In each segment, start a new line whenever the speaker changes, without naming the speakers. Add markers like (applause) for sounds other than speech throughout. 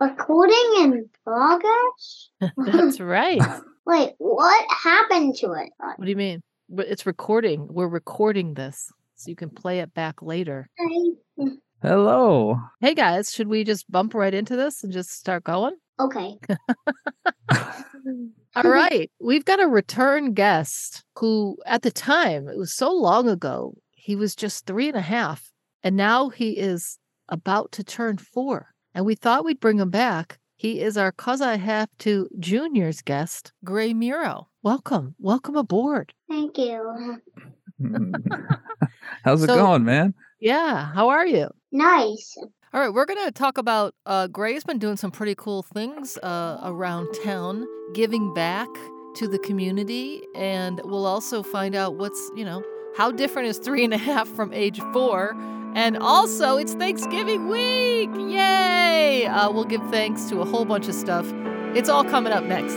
Recording in progress?
That's right.
Wait, what happened to it?
What do you mean? But It's recording. We're recording this so you can play it back later.
Okay.
(laughs)
Hello.
Hey guys, should we just bump right into this and just start going?
Okay.
All right. We've got a return guest who, at the time, it was so long ago, he was just three and a half. And now he is about to turn four. And we thought we'd bring him back. He is our Cause I Have to Junior's guest, Gray Muro. Welcome. Welcome aboard.
Thank you.
How's it
So-
going, man?
Yeah. How are you?
Nice.
All right, we're going to talk about uh, Gray's been doing some pretty cool things uh, around town, giving back to the community, and we'll also find out what's, you know, how different is three and a half from age four. And also, it's Thanksgiving week! Yay! Uh, we'll give thanks to a whole bunch of stuff. It's all coming up next.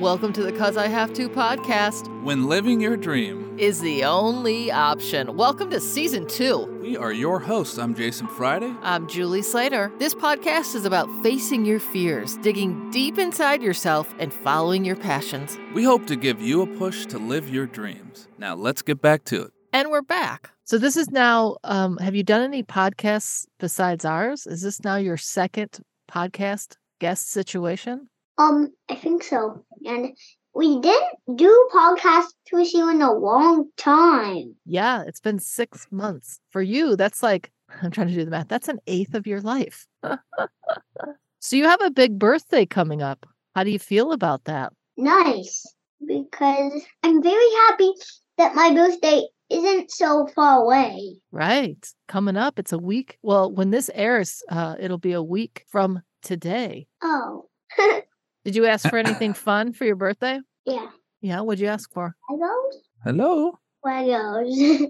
Welcome to the Cuz I Have To podcast
When living your dream,
is the only option. Welcome to season two.
we are your hosts. I'm Jason Friday.
I'm Julie Slater. This podcast is about facing your fears, digging deep inside yourself, and following your passions.
We hope to give you a push to live your dreams. Now let's get back to it.
And we're back.
So, this is now, um, have you done any podcasts besides ours? Is this now your second podcast guest situation?
Um, I think so. And we didn't do podcast with you in a long time.
Yeah, it's been six months. For you, that's like, (laughs) I'm trying to do the math. That's an eighth of
(laughs)
your life. so you have a big birthday coming up. How do you feel about that?
Nice. Because I'm very happy that my birthday isn't so far away.
Right. Coming up, it's a week. Well, when this airs, uh, it'll be a week from today.
Oh,
Did you ask for anything fun for your birthday?
yeah.
Yeah. What'd you ask for?
Legos?
Hello.
Legos.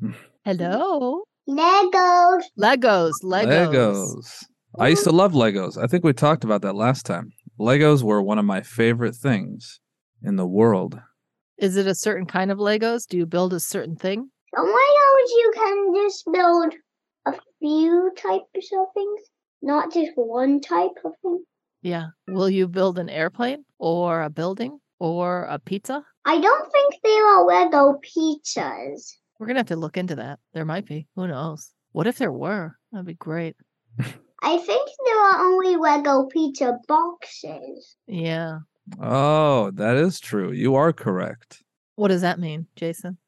(laughs)
Hello.
Legos.
Legos. Legos.
Legos. I used to love Legos. I think we talked about that last time. Legos were one of my favorite things in the world.
Is it a certain kind of Legos? Do you build a certain thing?
Some Legos you can just build a few types of things, not just one type of thing.
Yeah. Will you build an airplane or a building or a pizza?
I don't think there are Lego pizzas.
We're gonna have to look into that. There might be. Who knows? What if there were? That'd be great.
I think there are only Lego pizza boxes.
Yeah.
Oh, that is true. You are correct.
What does that mean, Jason?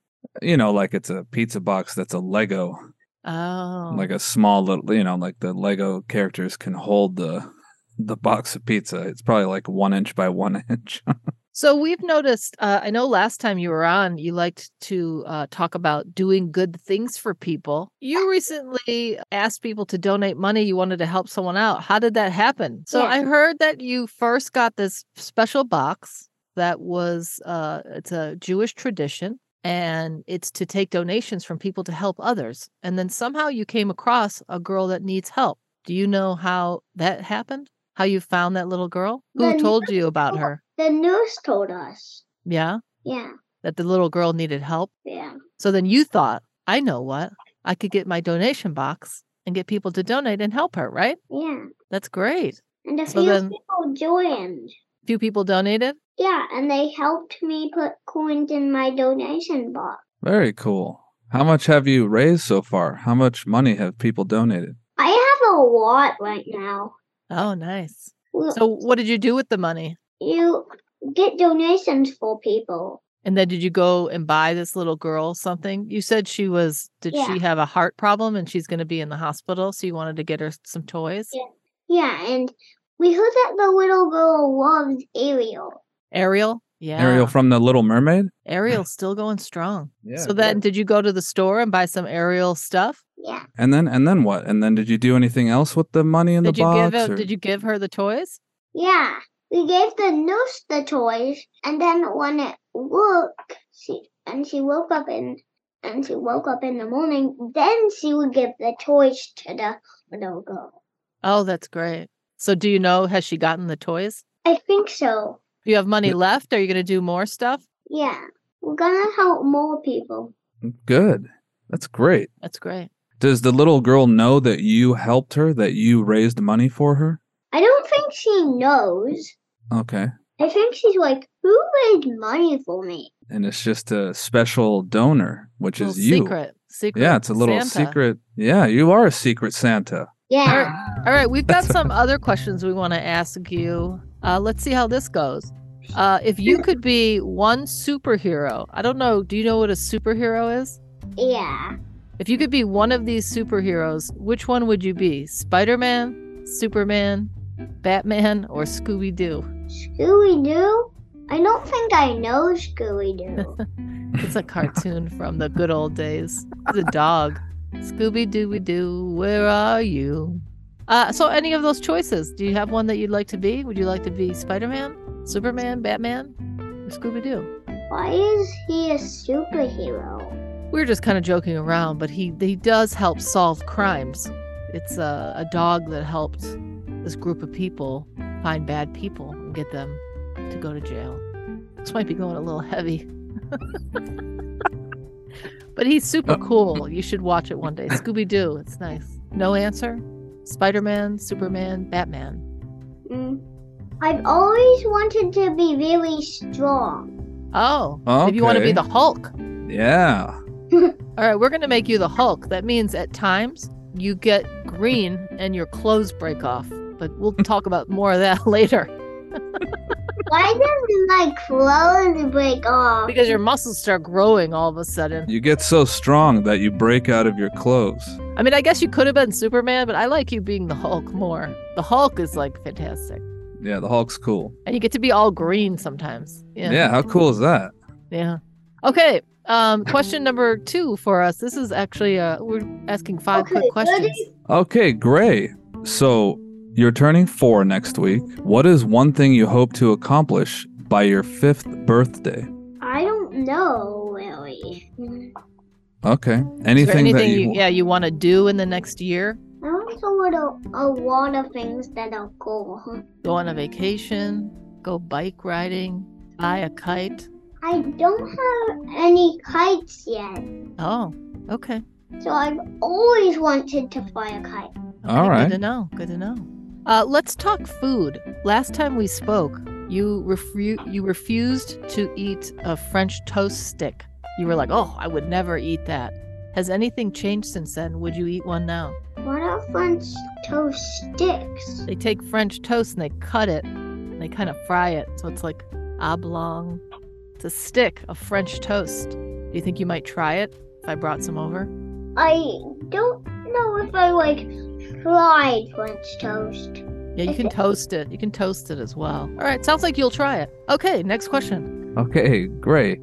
You know, like it's a pizza box that's a Lego,
Oh,
like a small little, you know, like the Lego characters can hold the the box of pizza. It's probably like one inch by one (laughs) inch.
so we've noticed. Uh, I know last time you were on, you liked to uh, talk about doing good things for people. You recently asked people to donate money. You wanted to help someone out. How did that happen? So
Yeah.
I heard that you first got this special box that was. Uh, it's a Jewish tradition. and it's to take donations from people to help others. And then somehow you came across a girl that needs help. Do you know how that happened? How you found that little girl? Who
The
told you about
girl.
her?
The nurse told us.
Yeah,
Yeah,
that the little girl needed help.
yeah.
So then you thought, I know what, I could get my donation box and get people to donate and help her, right?
Yeah.
That's great.
And a
So
few
then-
people joined.
Few people donated.
Yeah, and they helped me put coins in my donation box.
Very cool. How much have you raised so far? How much money have people donated?
I have a lot right now.
Oh, nice.
We-
So what did you do with the money?
you get donations for people.
And then did you go and buy this little girl something? You said she was did
Yeah.
she have a heart problem and she's going to be in the hospital, so you wanted to get her some toys?
Yeah. Yeah, and we heard that the little girl loves Ariel.
Ariel? Yeah.
Ariel from The Little Mermaid?
Ariel's still going strong.
Yeah.
so then did you go to the store and buy some Ariel stuff?
Yeah.
And then and then what? And then did you do anything else with the money in
Did
the
you
box?
give her,
or-
did you give her the toys?
Yeah. We gave the nurse the toys and then when it woke she and she woke up and and she woke up in the morning. Then she would give the toys to the little girl.
Oh, that's great. So, do you know, has she gotten the toys?
I think so.
You have money
Yeah.
left? Are you going to do more stuff?
Yeah. We're gonna help more people.
Good. That's great.
That's great.
Does the little girl know that you helped her, that you raised money for her?
I don't think she knows.
Okay.
I think she's like, who raised money for me?
And it's just a special donor, which
Little
is you.
Secret. Secret.
Yeah, it's a little
Santa.
secret. Yeah, you are a secret Santa.
Yeah.
All right, we've got some other questions we want to ask you. Uh, let's see how this goes. Uh, if you could be one superhero, I don't know. Do you know what a superhero is?
Yeah.
If you could be one of these superheroes, which one would you be? Spider Man, Superman, Batman, or Scooby Doo?
Scooby Doo? I don't think I know Scooby
(laughs)
Doo.
It's a cartoon from the good old days. The dog. Scooby Dooby Doo, where are you? Uh, so, any of those choices? Do you have one that you'd like to be? Would you like to be Spider Man, Superman, Batman, or Scooby Doo?
Why is he a superhero?
We were just kind of joking around, but he, he does help solve crimes. It's a, a dog that helped this group of people find bad people and get them to go to jail. This might be going a little heavy. (laughs) but he's super cool. You should watch it one day. Scooby Doo, it's nice. No answer? Spider Man, Superman, Batman.
Mm. I've always wanted to be really strong.
Oh, maybe you want to be
Okay.
the Hulk.
Yeah.
All right, we're going to make you the Hulk. That means at times you get green and your clothes break off. But
(laughs)
we'll talk about more of that (laughs) later
Why doesn't my clothes break off?
because your muscles start growing all of a sudden.
You get so strong that you break out of your clothes.
I mean, I guess you could have been Superman, but I like you being the Hulk more. The Hulk is like fantastic.
Yeah, the Hulk's cool.
And you get to be all green sometimes.
Yeah,
Yeah.
how cool is that?
Yeah. Okay. Um, question number two for us. This is actually uh, we're asking five
Okay,
quick
ready?
questions.
Okay, great. So you're turning four next week. What is one thing you hope to accomplish by your fifth birthday?
I don't know, really. Mm.
Okay.
Is there
Anything, that
anything
you,
you, yeah you want to do in the next year?
I also want a, a lot of things that are cool. (laughs)
Go on a vacation. Go bike riding. Buy a kite.
I don't have any kites yet,
Oh, okay.
so I've always wanted to fly a kite.
Okay,
All
Good
right.
to know. Good to know. Uh, let's talk food. Last time we spoke, you refu- you refused to eat a French toast stick. You were like, "Oh, I would never eat that." Has anything changed since then? Would you eat one now?
What are French toast sticks?
They take French toast and they cut it. And they kind of fry it, so it's like oblong. It's a stick of French toast. Do you think you might try it if I brought some over?
I don't know if I like fried French toast.
Yeah, you can
Okay.
toast it. You can toast it as well. All right, sounds like you'll try it. Okay, next question.
Okay, great.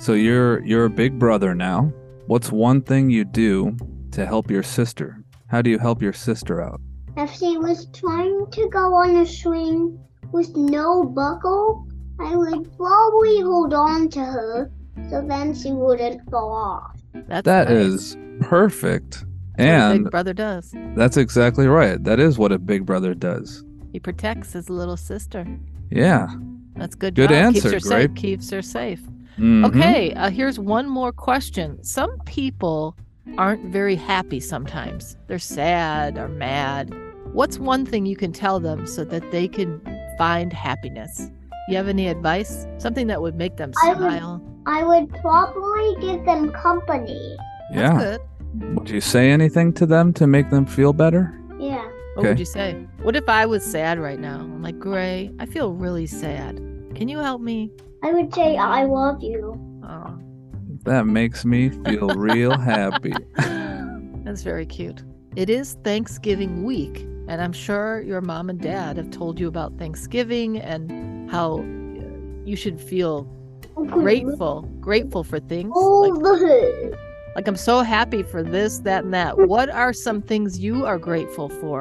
So you're you're a big brother now. What's one thing you do to help your sister? How do you help your sister out?
If she was trying to go on a swing with no buckle, I would probably hold on to her so then she wouldn't fall off.
That's
That
nice.
is perfect.
That's what a
And
big brother does.
that's exactly right. That is what a big brother does.
He protects his little sister.
Yeah.
That's good.
Good
job.
answer,
Keeps her
Grape.
safe. Keeps her safe.
Mhm.
Okay, uh, here's one more question. Some people aren't very happy sometimes. They're sad or mad. What's one thing you can tell them so that they can find happiness? You have any advice? Something that would make them
I would-
smile?
I would probably give them company.
Yeah.
That's good.
Would you say anything to them to make them feel better?
Yeah.
What would
Okay.
you say? What if I was sad right now? I'm like, Gray, I feel really sad. Can you help me?
I would say I love you.
Oh,
That makes me
(laughs)
feel real happy.
(gasps) That's very cute. It is Thanksgiving week, and I'm sure your mom and dad have told you about Thanksgiving and how uh, you should feel grateful, grateful for things.
All
Like,
the hood.
like, I'm so happy for this, that, and that. What are some things you are grateful for?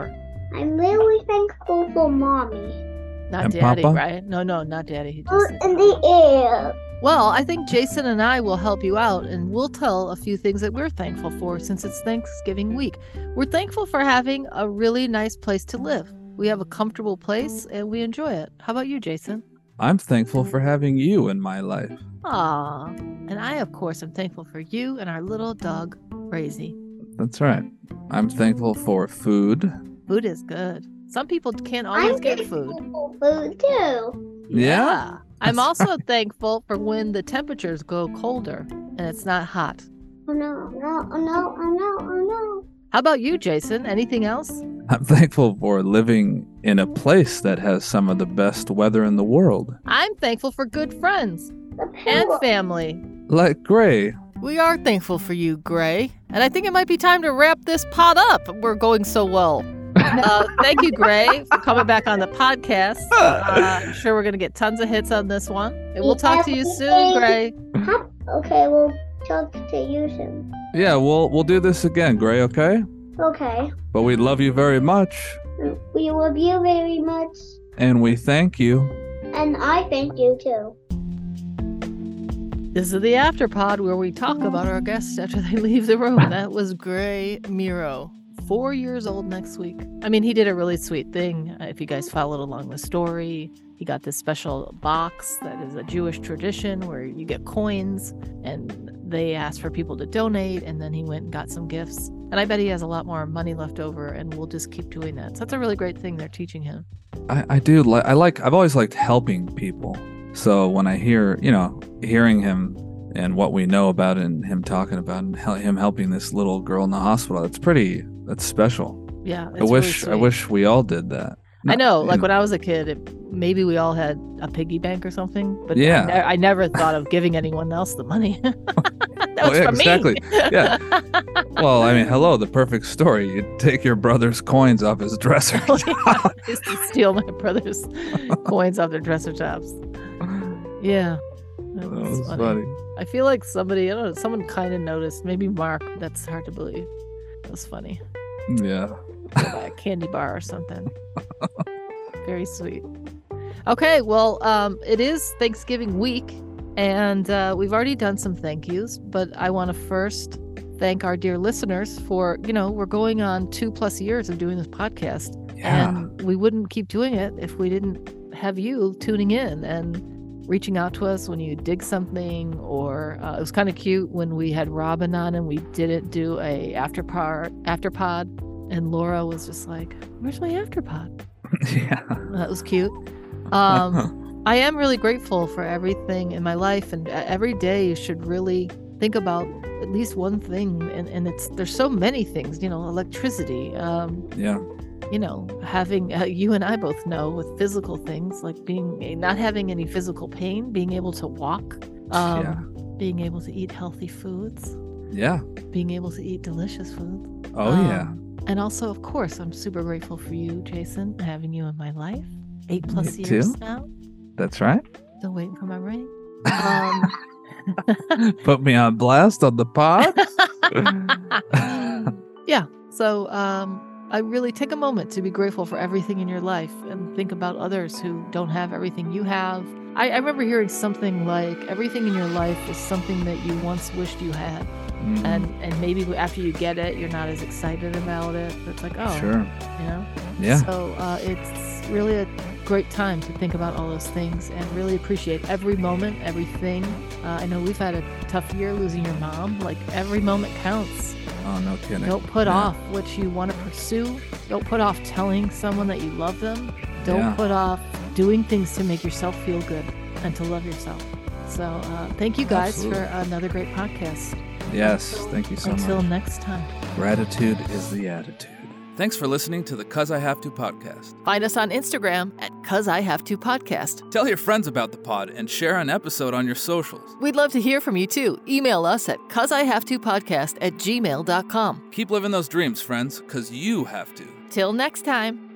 I'm really thankful for mommy.
Not
And
daddy,
Papa?
right? No, no, not daddy. He
Out
just said
in
Papa.
the air.
Well, I think Jason and I will help you out and we'll tell a few things that we're thankful for since it's Thanksgiving week. We're thankful for having a really nice place to live. We have a comfortable place and we enjoy it. How about you, Jason?
I'm thankful for having you in my life.
Aw. And I, of course, am thankful for you and our little dog, Crazy.
That's right. I'm thankful for food.
Food is good. Some people can't always
I'm
get
thankful
food.
for food too.
Yeah.
I'm
That's (laughs)
also thankful for when the temperatures go colder and it's not hot.
Oh no, no, oh no, oh no, oh
How about you, Jason? Anything else?
I'm (laughs) thankful for living in a place that has some of the best weather in the world,
I'm thankful for good friends
no. The
and
pillow.
family.
like Gray.
We are thankful for you, Gray. And I think it might be time to wrap this pot up. We're going so well.
Uh, thank you, Gray, for coming back on the podcast. Uh, I'm sure we're going to get tons of hits on this one. And we'll talk to you soon, Gray.
Huh? Okay, we'll talk to you soon.
Yeah, we'll we'll do this again, Gray. Okay.
Okay.
But we love you very much,
We love you very much,
and we thank you.
and I thank you too.
This is the After Pod where we talk about our guests after they (laughs) leave the room. That was
Gray Miro.
four years old next week. I mean, he did a really sweet thing. Uh, If you guys followed along the story, he got this special box that is a Jewish tradition where you get coins and they asked for people to donate. And then he went and got some gifts. And I bet he has a lot more money left over and we'll just keep doing that. So that's a really great thing they're teaching him.
I, I do like I like I've always liked helping people. So when I hear you know hearing him and what we know about it and him talking about and hel- him helping this little girl in the hospital, that's pretty that's special.
Yeah. it's
I
really
wish I
sweet.
wish we all did that.
I know,
you
like when I was a kid, it, maybe we all had a piggy bank or something, but
Yeah.
I, ne- I never thought of giving anyone else the money. (laughs) that was
Well, oh, yeah,
for me.
exactly.
(laughs)
Yeah. well, I mean, hello, the perfect story. You take your brother's coins off
(laughs)
his dresser.
I used to steal my brother's (laughs) coins off their dresser tops. Yeah. That
That
was
was
funny.
funny.
I feel like somebody, I don't know, someone kind of noticed. Maybe Mark. That's hard to believe. That was funny.
Yeah.
Go buy a candy bar or something. Very sweet. Okay, well, um, it is Thanksgiving week, and uh, we've already done some thank yous, but I want to first thank our dear listeners for, you know, we're going on two plus years of doing this podcast.
Yeah. (laughs)
And we wouldn't keep doing it if we didn't have you tuning in and reaching out to us when you dig something. Or uh, it was kind of cute when we had Robin on and we didn't do a after par after pod, and Laura was just like, "Where's my after pod?"
yeah.
That was cute.
(laughs)
Um, I am really grateful for everything in my life, and e- every day you should really think about at least one thing. And, and it's there's so many things, you know, electricity. Um,
yeah.
you know, having uh, you and I both know with physical things like being not having any physical pain, being able to walk, um,
Yeah.
being able to eat healthy foods,
Yeah.
being able to eat delicious foods.
Oh, yeah.
Um, And also, of course, I'm super grateful for you, Jason, having you in my life. Eight plus
Me
years
too.
now.
That's right.
Still waiting for my
(laughs)
ring. Um,
Put me on blast on the pod.
Uh, (laughs) yeah. So um, I really take a moment to be grateful for everything in your life and think about others who don't have everything you have. I, I remember hearing something like everything in your life is something that you once wished you had,
Mhm.
and and maybe after you get it, you're not as excited about it. It's like oh,
Sure.
you know.
Yeah.
So uh, it's really a great time to think about all those things and really appreciate every moment, everything. Uh, I know we've had a tough year losing your mom. Like every moment counts.
Oh, no kidding.
Don't put
Yeah.
off what you want to pursue. Don't put off telling someone that you love them. Don't
Yeah.
put off doing things to make yourself feel good and to love yourself. So, uh, thank you guys for
Absolutely.
another great podcast.
Yes. Thank you so
Until
much.
next time.
Gratitude is the attitude. Thanks for listening to the Cuz I Have To podcast.
Find us on Instagram at Cuz I Have To Podcast.
Tell your friends about the pod and share an episode on your socials.
We'd love to hear from you too. Email us at Cuz I Have To Podcast at gmail.com.
Keep living those dreams, friends, because you have to.
Till next time.